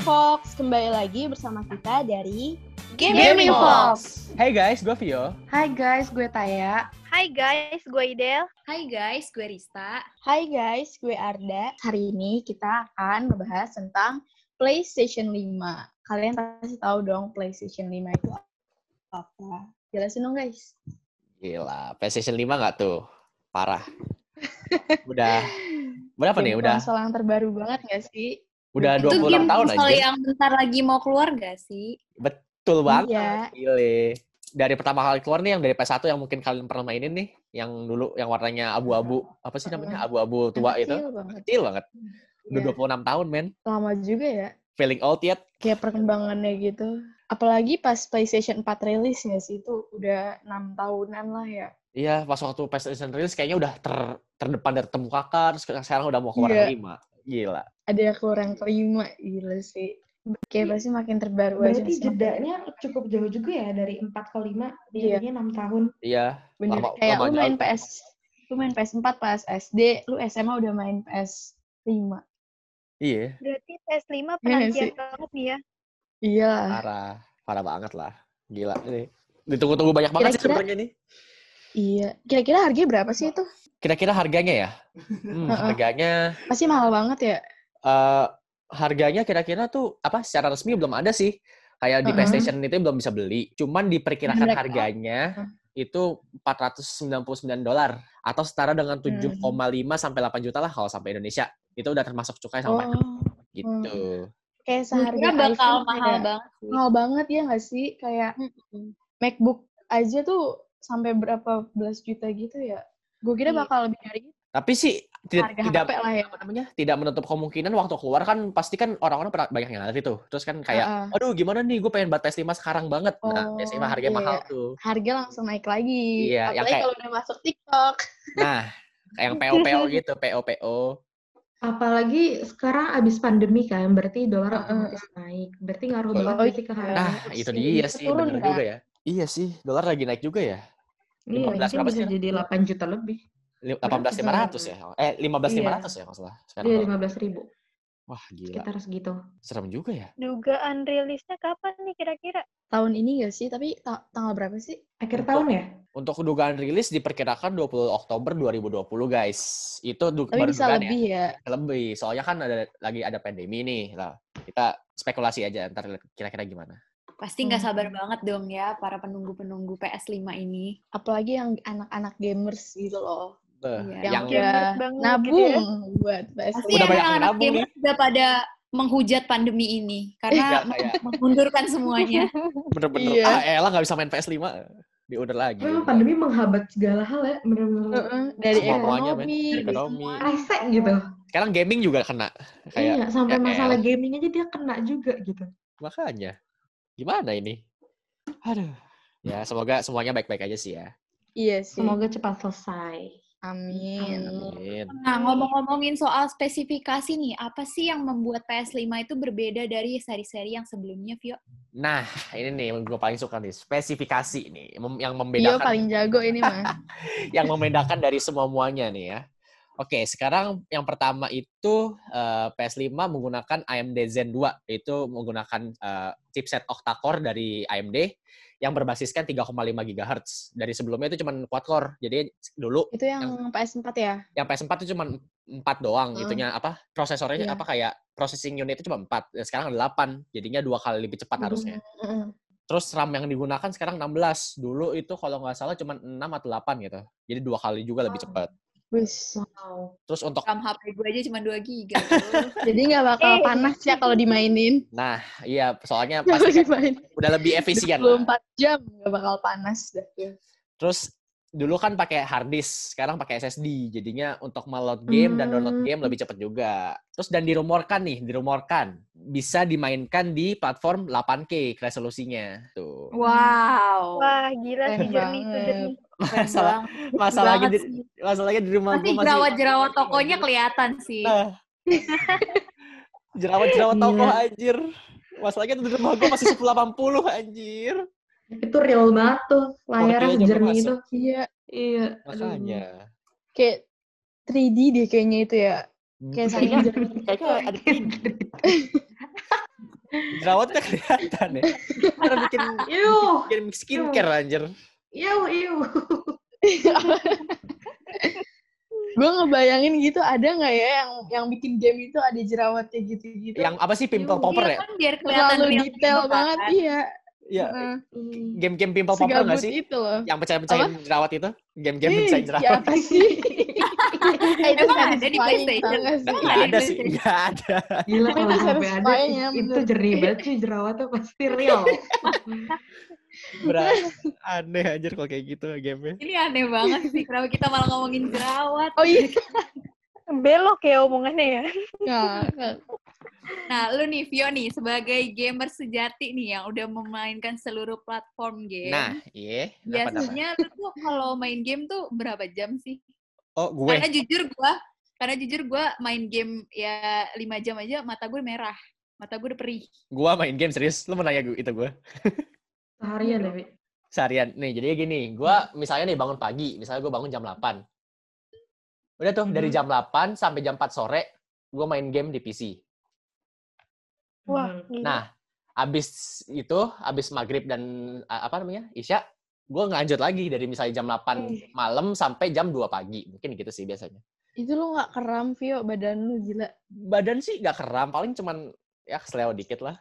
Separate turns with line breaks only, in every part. Fox, kembali lagi bersama kita dari
Gaming Fox.
Hey guys, gue Vio.
Hai guys, gue Taya.
Hai guys, gue Idel.
Hai guys, gue Rista.
Hai guys, gue Arda. Hari ini kita akan membahas tentang PlayStation 5. Kalian pasti tahu dong PlayStation 5 itu apa. Jelasin dong guys.
Gila, PlayStation 5 nggak tuh? Parah. Udah, udah apa
Game
nih? Udah,
Konsol yang terbaru banget gak sih?
udah
itu
26
game
tahun
ya.
konsol
aja.
yang bentar lagi mau keluar gak sih?
Betul
Iya.
banget. Gile. Dari pertama kali keluar nih yang dari PS1 yang mungkin kalian pernah mainin nih, yang dulu yang warnanya abu-abu, apa sih namanya? Abu-abu tua
Yang
itu.
Iya. kecil banget.
Kecil banget. Udah
Iya.
26 tahun, men.
Lama juga ya.
Feeling old yet.
Kayak perkembangannya gitu. Apalagi pas PlayStation 4 rilis ya sih, itu udah enam tahunan lah ya.
Iya, pas waktu PlayStation rilis kayaknya udah ter- terdepan dari termukakan, terus sekarang udah mau keluar yang
Iya.
5. Gila.
Ada yang keluar yang kelima, gila sih. Kayak pasti makin terbaru aja.
Berarti
sih, makin-
jedanya cukup jauh juga ya dari 4 ke 5, jadinya 6 tahun.
Iya,
Bener.
Lama-
kayak
lama
lu main
jalan.
PS, lu main PS4, PS SD, lu SMA udah main PS5.
iya.
Berarti PS5
Iya
sih.
penantian banget nih ya.
Iya.
parah parah banget lah gila ini ditunggu-tunggu banyak banget sih
Kira-kira-
sebenarnya nih
Iya. Kira-kira harganya berapa sih itu?
kira-kira harganya ya Hmm,
Heeh.
harganya
Pasti mahal banget ya.
eh, harganya kira-kira tuh apa secara resmi belum ada sih kayak
Heeh. ah.
di PlayStation itu belum bisa beli cuman diperkirakan
Mereka-
harganya itu 499 dolar atau setara dengan
Hmm.
7,5 sampai 8 juta lah kalau sampai Indonesia itu udah termasuk cukai sama pajak
Oh.
gitu
Kayak
Gue
seharga
kira bakal
iPhone
mahal
kayak-
banget. sih.
Mahal banget ya nggak sih? Kayak MacBook aja tuh sampai berapa belas juta gitu ya. Gue kira
Iya.
bakal lebih dari itu.
tapi sih tidak
Harga
tidak
HP lah ya.
apa namanya tidak menutup kemungkinan waktu keluar kan pasti kan orang-orang pernah- banyak yang ngantri tuh terus kan kayak
Heeh.
aduh gimana nih gue pengen buat PS5 sekarang banget. nah,
Oh,
PS5 harganya
iya,
mahal
iya.
tuh.
Harga langsung naik lagi.
Iya, yang
Apalagi
kayak-
kalau udah masuk TikTok.
Nah, kayak yang PO-PO gitu, PO-PO.
Apalagi sekarang abis pandemi kan, berarti dolar
Heeh.
otomatis naik. Berarti ngaruh
Oh,
banget
iya.
nggak sih ke harga.
Nah,
kursi?
itu dia
itu
sih,
turun
bener
kan?
juga ya. Iya sih, dolar lagi naik juga ya.
Iya,
15
mungkin
berapa
bisa
sih?
jadi 8 juta lebih.
Li- 18.500 ya. Eh, 15.500 ya masalah sekarang.
Iya,
dolar.
15 ribu.
Wah, gila.
Sekitar segitu.
Serem juga ya.
Dugaan rilisnya kapan nih kira-kira?
Tahun ini gak sih? Tapi ta- tanggal berapa sih?
Akhir
Betul.
tahun ya?
Untuk dugaan rilis diperkirakan 20 Oktober 2020, guys. Itu du-
Tapi
baru
bisa
dugaan
lebih ya.
ya. Lebih. Soalnya kan ada lagi ada pandemi nih. Nah, kita spekulasi aja ntar lihat kira-kira gimana.
Pasti nggak
Hmm.
sabar banget dong ya para penunggu-penunggu PS5 ini.
apalagi yang anak-anak gamers gitu loh.
Beh,
Iya.
Ya, yang
Yang
Gamers
udah
banget
nabung
gitu ya.
buat PS5.
Pasti
Udah
emang
banyak yang
anak
nabung
gamer sudah pada menghujat pandemi ini
Iya,
karena
kayak-
mengundurkan semuanya.
bener-bener
Iya.
ah elah nggak bisa main PS5 diorder lagi
Emang pandemi menghambat segala hal ya, bener-bener
Heeh, dari
Semuanya, men.
ekonomi,
Dari
dari
ekonomi.
semua.
rese gitu.
sekarang gaming juga kena kayak
iya, sampai
ya
masalah gaming aja dia kena juga gitu.
makanya gimana ini aduh ya semoga semuanya baik-baik aja sih ya
Iya sih.
Semoga cepat selesai.
Amin. Iya,
Hmm.
Amin.
Nah, ngomong-ngomongin soal spesifikasi nih, apa sih yang membuat PS5 itu berbeda dari seri-seri yang sebelumnya, Vio?
nah ini nih yang gue paling suka nih spesifikasi nih mem-
Iya,
yang
Dia
membedakan
paling jago ini mah.
yang membedakan dari semua muanya nih ya Oke, sekarang yang pertama itu eh, PS5 menggunakan AMD Zen 2, yaitu menggunakan eh, chipset octa-core dari AMD yang berbasiskan 3,5 GHz. Dari sebelumnya itu cuma quad-core, jadi dulu
Itu yang PS4 ya?
yang PS4 itu cuma 4 doang
Hmm.
itunya apa prosesornya
Iya.
apa kayak processing unit itu cuma 4 dan sekarang ada 8 jadinya dua kali lebih cepat
Hmm.
Mhm.
harusnya
Heeh.
terus RAM yang digunakan sekarang 16 dulu itu kalau nggak salah cuma 6 atau 8 gitu jadi dua kali juga lebih
Wow.
cepat
Wis.
Wow.
terus untuk
RAM HP gue aja cuma 2 giga.
Jadi nggak bakal
Eh.
panas ya kalau dimainin.
nah iya soalnya
Kalau
pasti kan.
dimainin
udah lebih efisien lah.
24 jam nggak bakal panas dah. tuh.
terus dulu kan pakai hard disk, sekarang pakai SSD. Jadinya untuk download game dan download
Hmm.
game lebih cepat juga. Terus dan dirumorkan nih, dirumorkan bisa dimainkan di platform 8K resolusinya. Tuh.
wow.
Wah, gila
Keren
sih jernih tuh
banget.
jernih.
Oh,
Masalah masalahnya di masalahnya di rumah
Nanti
gua
jerawat-jerawat tokonya kelihatan sih.
Nah. Jerawat-jerawat
Gila.
toko anjir. Masalahnya di rumah gua masih 1080 anjir.
Itu real banget tuh, layarnya
Waktu aja
jernih
masuk.
itu.
Iya,
Iya. aduh.
Makanya.
kayak 3D deh kayaknya itu ya. Kayak
Hmm.
saya
Kayaknya ada tiga. Jerawatnya kelihatan ya. Ntar bikin,
Yuh,
bikin skincare anjir.
yuh, yuh.
Gue ngebayangin gitu ada nggak ya yang yang bikin game itu ada jerawatnya gitu-gitu.
Yang apa sih pimple
Iya,
popper ya?
Iya kan biar kelihatan
terlalu
real
detail
gitu,
banget
kan?
iya.
Iya,
Heeh.
Hmm.
game-game pimple popper
Segabut
nggak sih?
itu loh.
Yang pecah-pecahin jerawat itu? Game-game
Ih,
pecahin
ya
jerawat.
apa sih? itu
Emang kan ada di
satisfying,
PlayStation?
tau nggak sih?
Nggak ada sih, nggak ada.
Gila kalau
Itu
sampai ada
satisfying ya,
itu
bener.
jernih banget sih jerawatnya pasti real.
Berat. Aneh anjir kalau kayak gitu gamenya.
Ini aneh banget sih. Kenapa kita malah ngomongin jerawat?
Oh iya.
Belok ya omongannya ya.
Nggak, nggak.
Nah, lu nih, Vio nih, sebagai gamer sejati nih yang udah memainkan seluruh platform game.
Nah, iya. Kenapa, kenapa?
biasanya lu tuh kalau main game tuh berapa jam sih?
Oh, gue.
Karena jujur gua, karena jujur gua main game ya 5 jam aja mata gue merah. Mata gue udah perih.
Gue main game serius. Lu mau nanya gue, itu gue?
Seharian ya, tapi.
seharian. Nih, jadi gini, gua misalnya nih bangun pagi, misalnya gue bangun jam 8. Udah tuh, dari
Mhm.
jam 8 sampai jam 4 sore, gue main game di PC.
Wah, gila.
Nah, abis itu, abis maghrib dan a- apa namanya, isya, gue lanjut lagi dari misalnya jam
Iya.
8 malam sampai jam 2 pagi. Mungkin gitu sih biasanya.
Itu lu nggak keram, Vio. Badan lu gila.
Badan sih nggak keram, paling cuman ya seleo dikit lah,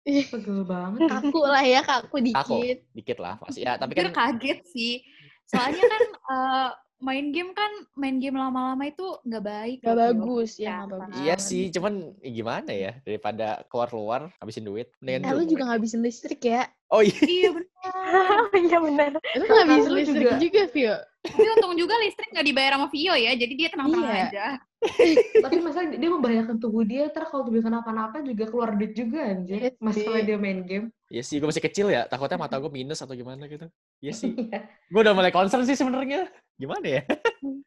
Pegel banget.
Kaku lah ya, kaku
Aku.
dikit.
dikit lah. Masih, ya, tapi
Jujur
kan
kaget sih. Soalnya kan eh, main game kan main game lama-lama itu nggak baik. gitu.
Nggak
loh, Vio.
bagus ya, nggak
Jangan.
bagus.
iya sih, cuman ya gimana ya, daripada keluar-keluar, habisin duit. Mendingan
Eh, lu
gua-
juga ngabisin listrik ya?
Oh iya,
Iya benar.
Iya benar.
Lu ngabisin
Lu
listrik
juga.
juga, Vio.
Tapi untung juga listrik nggak dibayar sama Vio ya, jadi dia tenang-tenang
Iya.
aja.
Tapi masalah dia membahayakan tubuh dia, ntar kalau tubuh kenapa-napa juga keluar duit juga anjir.
Iya sih.
Masalah dia main game.
Iya sih, gue masih kecil ya. Takutnya mata gue minus atau gimana gitu. Iya sih. Gue udah mulai concern sih sebenarnya. Gimana ya?
Hmm.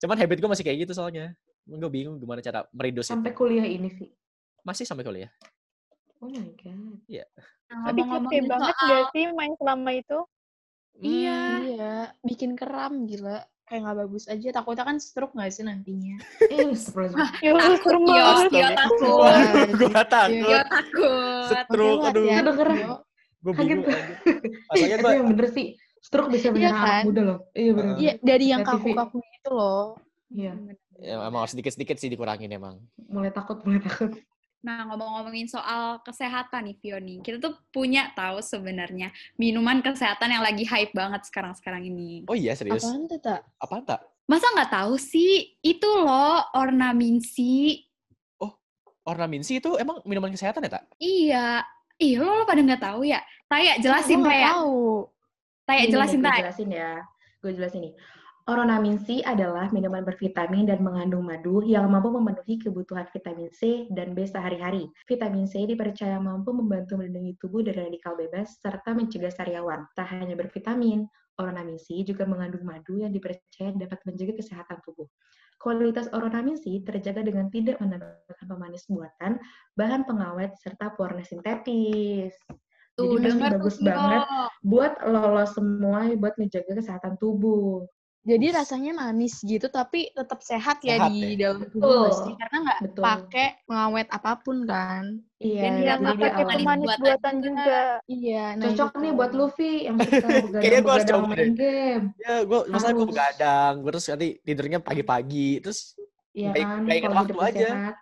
Cuman habit gue masih kayak gitu soalnya. Gue bingung gimana cara mereduce
Sampai
itu.
kuliah ini sih.
Masih sampai kuliah.
Oh my god.
Nah,
Tapi capek
ngomong-ngomongin
banget
soal-
gak sih main selama itu?
Hmm.
Iya.
Iya, bikin keram gila. Kayak nggak bagus aja. Takutnya kan stroke nggak sih nantinya? Iya,
Eh, surprise.
Ya,
Takut,
serem
Vio.
banget.
Vio takut.
Waduh, Iya. gue
Vio
takut.
takut.
Stroke,
Makanya
aduh.
hati-hati,
Kedengeran.
Vio.
Gue
Kaget
bingung.
gua.
anjir. Makanya
Tapi
gue,
yang bener sih, stroke bisa
Iya
menyerang
kan?
anak muda loh. Iya bener.
Heeh.
Iya, dari yang
Hati-hati.
kaku-kaku gitu loh.
Iya.
ya, emang harus sedikit-sedikit sih dikurangin emang.
Mulai takut, mulai takut.
Nah, ngomong-ngomongin soal kesehatan nih, Vio nih. Kita tuh punya tahu sebenarnya minuman kesehatan yang lagi hype banget sekarang-sekarang ini.
Oh iya, serius.
Apaan tuh, tak?
Apaan tak?
Masa nggak tahu sih? Itu loh, ornaminsi.
Ornaminsi itu emang minuman kesehatan ya, tak?
Iya. Ih, lo, lo pada nggak tahu ya? Taya, jelasin,
Gua nggak
Taya.
tahu.
Taya,
Gini nih,
jelasin,
Iya, gua
Taya.
jelasin ya. Gue jelasin nih. Oronamin C adalah minuman bervitamin dan mengandung madu yang mampu memenuhi kebutuhan vitamin C dan B sehari-hari. Vitamin C dipercaya mampu membantu melindungi tubuh dari radikal bebas serta mencegah sariawan. Tak hanya bervitamin, oronamin C juga mengandung madu yang dipercaya dapat menjaga kesehatan tubuh. Kualitas oronamin C terjaga dengan tidak menambahkan pemanis buatan, bahan pengawet, serta pewarna sintetis.
Tuh,
Jadi masih
denger tuh,
bagus
Vio.
banget buat lolos semua ya, buat menjaga kesehatan tubuh.
Jadi rasanya manis gitu, tapi tetap sehat ya
Sehat
di dalam
Betul.
tubuh nggak sih? Karena nggak
Betul.
pakai pengawet apapun kan.
Iya.
Dan dia
Yang gak
nggak
jadi
pakai
pakai
awet.
pemanis
pemanis
buatan
buatan juga.
Iya. nah
Cocok
gitu.
nih buat Luffy yang suka
Kayaknya gua harus
begadang-begadang
coba
main game.
Ya, gue masalah gue
Harus.
begadang. Gue terus nanti tidurnya pagi-pagi. Terus,
Iya
Baik-
kan?
baikin
Kalau
waktu
hidup
aja.
sehat.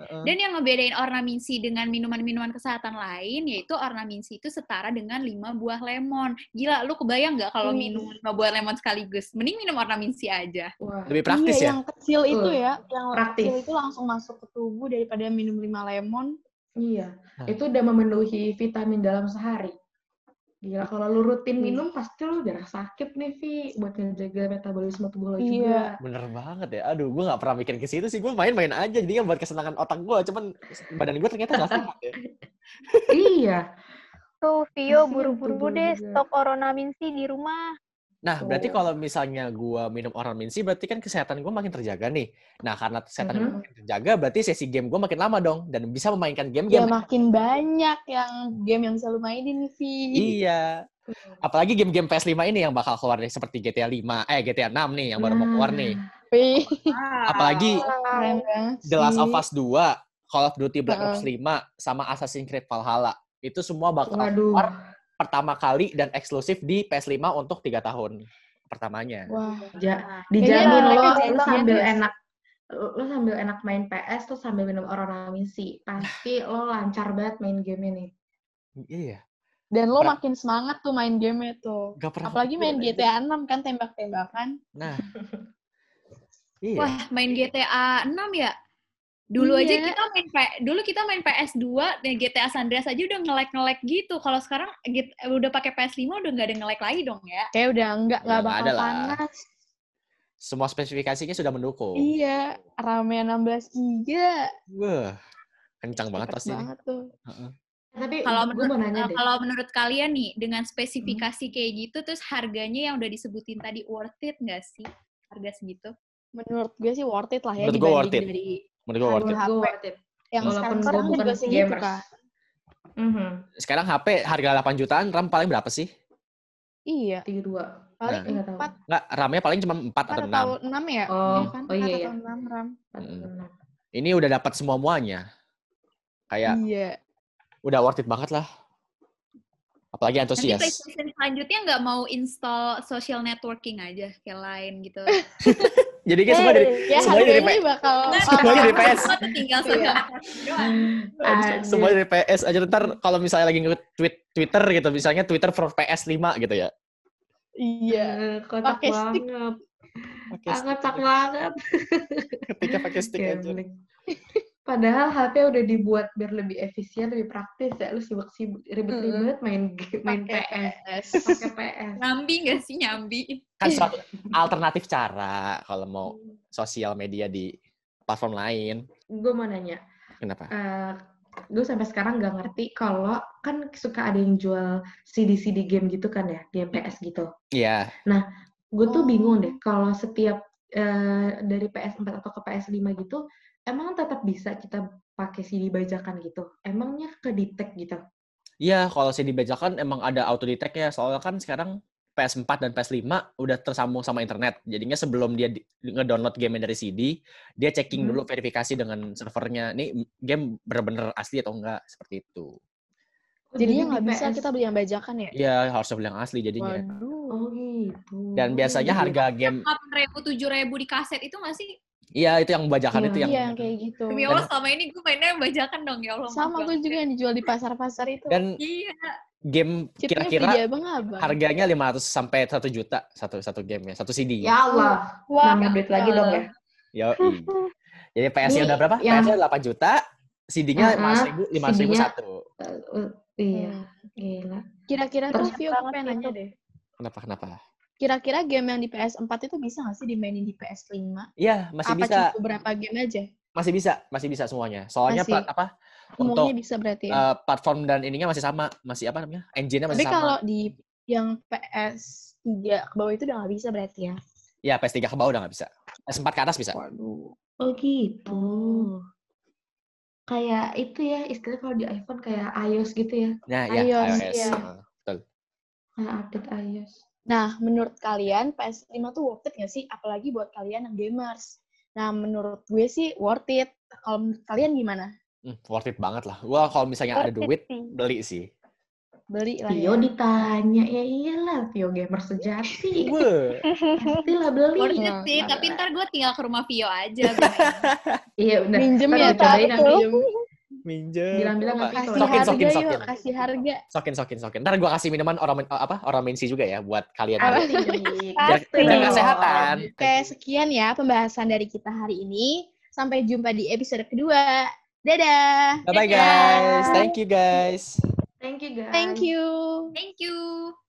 Heeh.
Dan yang ngebedain ornaminsi dengan minuman-minuman kesehatan lain, yaitu ornaminsi itu setara dengan 5 buah lemon. Gila, lu kebayang nggak kalau
Wih.
minum 5 buah lemon sekaligus? Mending minum ornaminsi aja.
Wah.
lebih
iya,
praktis ya.
yang kecil itu
Betul.
ya, yang
Praktis.
kecil itu langsung masuk ke tubuh daripada minum lima lemon.
Iya.
Nah.
Itu udah memenuhi vitamin dalam sehari. Gila, kalau lu
Iya.
rutin
Hmm.
minum pasti lu jarang sakit nih, Vi. Buat ngejaga metabolisme tubuh lo
Iya.
juga.
Bener banget ya. Aduh, gue gak pernah mikir ke situ sih. Gue main-main aja. Jadi kan buat kesenangan otak gue. Cuman badan gue ternyata gak sehat ya.
iya.
Tuh, Vio
Kasihan
buru-buru
tubuh
deh
juga.
stok oronamin C di rumah.
Nah, berarti
Iya.
Betul.
kalau misalnya gue minum Ornamin C, berarti kan kesehatan gue makin terjaga nih. Nah, karena kesehatan gue
Mhm.
Mm-hmm.
makin terjaga, berarti sesi game gue makin lama dong. Dan bisa memainkan
Ya
game-game. kan?
makin banyak yang game yang selalu mainin Vi.
Iya. Apalagi game-game PS5 ini yang bakal keluar nih. Seperti GTA 5, eh GTA 6 nih
Hmm,
Nah,
yang baru mau keluar nih.
Wih,
Apalagi
keren banget
The Last
ah, sih.
of Us 2. Call of Duty Black
Heeh.
Ops 5 sama Assassin's Creed Valhalla itu semua bakal
Waduh.
keluar pertama kali dan eksklusif di PS5 untuk tiga tahun pertamanya.
Wah,
Ja- dijamin
Iya,
lo,
mereka
lo
jatuh
sambil
terus.
enak lo sambil enak main PS tuh sambil minum Oronamin sih. Pasti lo lancar banget main game ini.
Iya,
dan lo
Pra- Iya,
makin semangat tuh main game itu.
nggak pernah.
Apalagi main
kepikiran.
GTA 6 kan tembak-tembakan.
Nah, iya.
Wah, main GTA 6 ya? Dulu aja
Iya.
kita main P- ya dulu kita main PS2 dan GTA San Andreas aja udah ngelek-ngelek gitu. Kalau sekarang git- udah pakai PS5 udah nggak ada ngelek lagi dong ya.
Kayak udah enggak
Udah
nggak
nggak
bakal
ada lah.
panas.
Semua spesifikasinya sudah mendukung.
Iya, rame 16 giga.
Wah, kencang banget
Cepet
pasti. ini.
banget tuh.
Tapi
Kalau
gue mau nanya
menurut Eh,
deh.
kalau menurut kalian nih dengan spesifikasi kayak gitu terus harganya yang udah disebutin tadi worth it nggak sih? Harga segitu.
Menurut gue sih worth it lah ya
Menurut gue worth
dibanding
it.
dari
Menurut gue worth it.
Gue
HP.
worth it.
yang
Walaupun
sekarang
gue
sekarang
bukan
juga sih gitu,
gamers.
Kak.
Mhm,
Sekarang HP harga 8 jutaan, RAM paling berapa sih?
Iya,
tiga dua.
Nah.
Iya,
paling
Nggak tahu.
empat
Nggak, RAM-nya paling cuma 4
empat
atau 6.
atau enam ya?
Oh,
Iya kan?
oh iya,
Empat
iya.
atau enam RAM.
Empat
Mm.
puluh enam.
Ini udah dapat semua-muanya. Kayak
Iya.
udah worth it banget lah. Apalagi
Nanti
antusias.
PlayStation selanjutnya nggak mau install social networking aja kayak lain gitu.
Jadi kayak semua dari
Ya
Semuanya dari
harganya bakal Oh,
semuanya dari PS.
Semua tuh tinggal social networking doang.
Aduh.
semua dari PS aja ntar kalau misalnya lagi nge-tweet Twitter gitu, misalnya Twitter for PS5 gitu ya.
Iya.
Eh, Kotak
Pakai stick.
banget.
Pakai
Ah,
stick
Kotak
aja.
banget.
ketika pakai stick aja.
Gambling. Padahal HP udah dibuat biar lebih efisien, lebih praktis ya. Lu sibuk-sibuk ribet-ribet main game, main PS,
PS.
pakai PS.
Nyambi nggak sih nyambi?
Kan suatu alternatif cara kalau mau sosial media di platform lain.
Gue mau nanya,
Kenapa?
gue Eh, sampai sekarang nggak ngerti kalau kan suka ada yang jual CD-CD game gitu kan ya, game PS gitu.
Iya,
Gue tuh
Oh.
bingung deh kalau setiap eh, dari PS4 atau ke PS5 gitu, emang tetap bisa kita pakai CD bajakan gitu? Emangnya ke detect gitu?
iya kalau CD bajakan emang ada auto detect ya. Soalnya kan sekarang PS4 dan PS5 udah tersambung sama internet. Jadinya sebelum dia di- ngedownload game dari CD, dia checking
Hmm.
dulu verifikasi dengan servernya. Nih game bener-bener asli atau enggak seperti itu.
Oh, Jadinya
di
nggak bisa
PS
kita beli yang bajakan ya?
Iya, harus beli yang asli jadinya.
Waduh.
Oh gitu.
Dan biasanya harga game,
Delapan ribu tujuh ribu di kaset itu nggak sih?
iya itu yang bajakan
Iya.
itu yang
Iya, yang kayak gitu.
Demi Allah selama ini gue mainnya yang bajakan dong ya Allah.
Sama gue juga yang dijual di pasar-pasar itu.
dan
Iya.
game
gitu. Chipnya
kira-kira
beli abang-abang.
harganya 500 sampai 1 juta satu satu game ya, satu CD.
Ya Allah,
Wah,
nambah duit lagi dong ya.
Yoi. Jadi PS-nya
Ini
udah berapa?
yang-
PS-nya 8 juta, CD-nya
Uh-uh,
500.000 ribu
CD-nya.
satu.
Eh, eh, Iya,
Hmm.
gila.
Kira-kira tuh
Terus
Vio gue
banget
pengen nanya
itu.
deh.
Kenapa kenapa?
Kira-kira game yang di PS4 itu bisa nggak sih dimainin di PS5?
Iya, masih
Apa
bisa,
cukup berapa game aja?
masih bisa, masih bisa semuanya. Soalnya
Masih.
pla- apa? Untuk
Semuanya bisa berarti ya.
eh, platform dan ininya masih sama, masih apa namanya? Engine-nya
Tapi
masih
kalau
sama.
di yang PS3 ke bawah itu udah nggak bisa berarti ya.
Ya, PS3 ke bawah udah nggak bisa. PS4 ke atas bisa.
Waduh.
Oh gitu. Kayak itu ya, istilahnya kalau di iPhone kayak iOS gitu ya.
Nah, ya,
iOS,
iOS.
iya.
Heeh.
Kayak update iOS.
Nah, menurut kalian PS5 tuh worth it nggak sih? Apalagi buat kalian yang gamers. Nah, menurut gue sih worth it. Kalau menurut kalian gimana?
Hmm, worth it banget lah. Gua kalau misalnya
Worth it
ada duit
sih.
beli sih.
Beli lah ya.
Tio ditanya, ya iyalah Tio gamer
Iya.
sejati.
Wah.
Pasti lah beli.
Worth it sih,
Nah,
tapi ntar gue tinggal ke rumah Vio aja. biar-
Iya benar.
Minjem
Ntar
ya,
gua cobain
Tar,
nanti.
Minjem.
Bilang-bilang
Apa?
nanti kalau-
Kasih
sokin,
harga
sokin,
yuk,
sokin.
kasih harga.
Sokin, sokin, sokin. Ntar gua kasih minuman orang eh, apa? Orang mensi juga ya buat kalian.
Asik.
biar,
Asik.
biar kesehatan.
Oke, sekian ya pembahasan dari kita hari ini. Sampai jumpa di episode kedua. Dadah.
Bye bye guys. Thank you guys.
Thank you guys.
Thank you.
Thank you.